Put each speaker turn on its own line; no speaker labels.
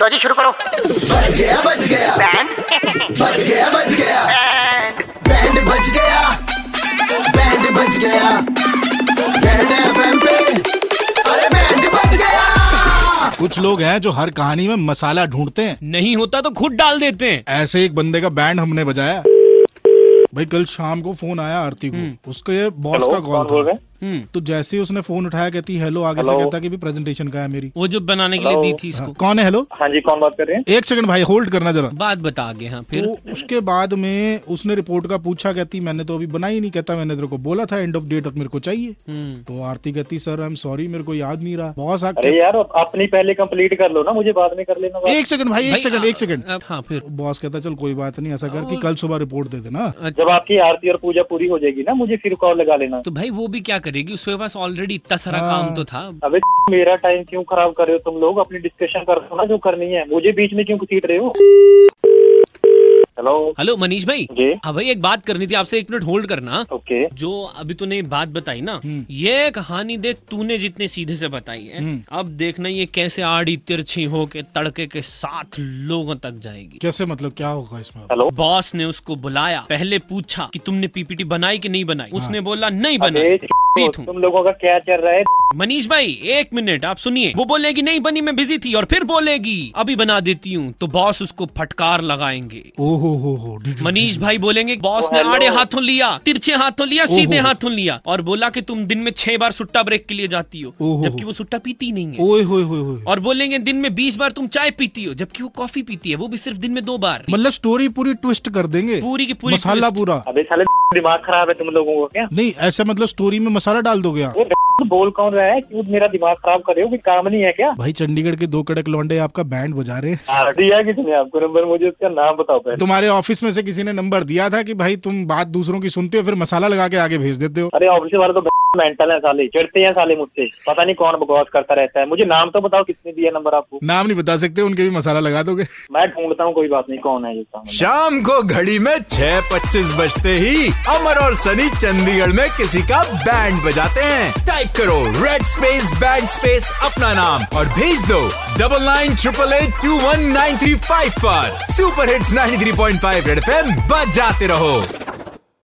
लो जी शुरू करो
बच गया बच गया
बैंड
बच गया बच गया बैंड बच गया बैंड बच गया बैंड एफएम पे अरे बैंड बच गया
कुछ लोग हैं जो हर कहानी में मसाला ढूंढते हैं
नहीं होता तो खुद डाल देते हैं
ऐसे एक बंदे का बैंड हमने बजाया भाई कल शाम को फोन आया आरती को उसके बॉस का कॉल था
हम्म,
तो जैसे ही उसने फोन उठाया कहती हेलो आगे से कहता कि भी प्रेजेंटेशन का है मेरी
वो जो बनाने के लिए दी थी इसको
कौन है हेलो
हाँ जी कौन बात कर रहे हैं
एक सेकंड भाई होल्ड करना जरा
बात बता आगे हाँ फिर
तो उसके बाद में उसने रिपोर्ट का पूछा कहती मैंने तो अभी बनाई नहीं कहता मैंने तेरे को बोला था एंड ऑफ डे तक मेरे को चाहिए
हम्म,
तो आरती कहती सर आई एम सॉरी मेरे को याद नहीं रहा बॉस
अरे
आके
यार आप- अपनी पहले कंप्लीट कर लो ना मुझे बाद में कर लेना बात।
एक सेकंड भाई एक
भाई,
सेकंड
आ-
एक सेकंड
आ- हाँ फिर
बॉस कहता चल कोई बात नहीं ऐसा कर कि कल सुबह रिपोर्ट दे देना
जब आपकी आरती और पूजा पूरी हो जाएगी ना मुझे फिर कॉल लगा लेना
तो भाई वो भी क्या करेगी उसके पास ऑलरेडी इतना सारा
हाँ।
काम तो था
अबे मेरा टाइम क्यों खराब कर रहे हो तुम लोग अपनी डिस्कशन कर लो ना जो करनी है मुझे बीच में क्यों घसीट रहे हो हेलो
हेलो मनीष भाई
जी।
हाँ भाई एक बात करनी थी आपसे एक मिनट होल्ड करना
ओके
जो अभी तूने बात बताई ना
हम्म।
ये कहानी देख तूने जितने सीधे से बताई है अब देखना ये कैसे आड़ी तिरछी हो के तड़के के साथ लोगों तक जाएगी
कैसे मतलब क्या होगा इसमें
हेलो
बॉस ने उसको बुलाया पहले पूछा कि तुमने पीपीटी बनाई कि नहीं
हाँ।
बनाई उसने बोला नहीं
अरे
बनाई पीत हूँ।
तो तुम लोगों का क्या चल रहा है
मनीष भाई एक मिनट आप सुनिए वो बोलेगी नहीं बनी मैं बिजी थी और फिर बोलेगी अभी बना देती हूँ तो बॉस उसको फटकार लगाएंगे
ओ हो हो हो did you-
मनीष भाई बोलेंगे बॉस ने
hello.
आड़े हाथों लिया तिरछे हाथों लिया सीधे
ओहो।
हाथों लिया और बोला कि तुम दिन में छह बार सुट्टा ब्रेक के लिए जाती हो
ओहो।
जबकि वो सुट्टा पीती ही नहीं है
ओए होए होए होए
और बोलेंगे दिन में बीस बार तुम चाय पीती हो जबकि वो कॉफी पीती है वो भी सिर्फ दिन में दो बार
मतलब स्टोरी पूरी ट्विस्ट कर देंगे
पूरी की पूरी
मसाला
twist।
पूरा
अबे साले दिमाग खराब है तुम लोगों को क्या
नहीं ऐसे मतलब स्टोरी में मसाला डाल दोगे आप
ये बोल कौन रहा है क्यों मेरा दिमाग खराब कर रहे हो कोई काम नहीं है क्या
भाई चंडीगढ़ के दो कड़क लौंडे आपका बैंड बजा रहे हैं
आरती है किसने आपको नंबर मुझे उसका नाम बताओ पहले
तुम्हारे ऑफिस में से किसी ने नंबर दिया था कि भाई तुम बात दूसरों की सुनते हो फिर मसाला लगा के आगे भेज देते हो
अरे ऑफिस वाले तो मेंटल है साले चिढ़ते हैं साले मुझसे पता नहीं कौन बकवास करता रहता है मुझे नाम तो बताओ किसने दिया नंबर आपको
नाम नहीं बता सकते उनके भी मसाला लगा दोगे
मैं ढूंढता हूँ कोई बात नहीं कौन है ये सामने
शाम को घड़ी में छह पच्चीस बजते ही अमर और सनी चंडीगढ़ में किसी का बैंड बजाते हैं टाइप करो रेड स्पेस बैंड स्पेस अपना नाम और भेज दो double nine triple eight two one nine three five पर super hits 93.5 three point five red F बजाते रहो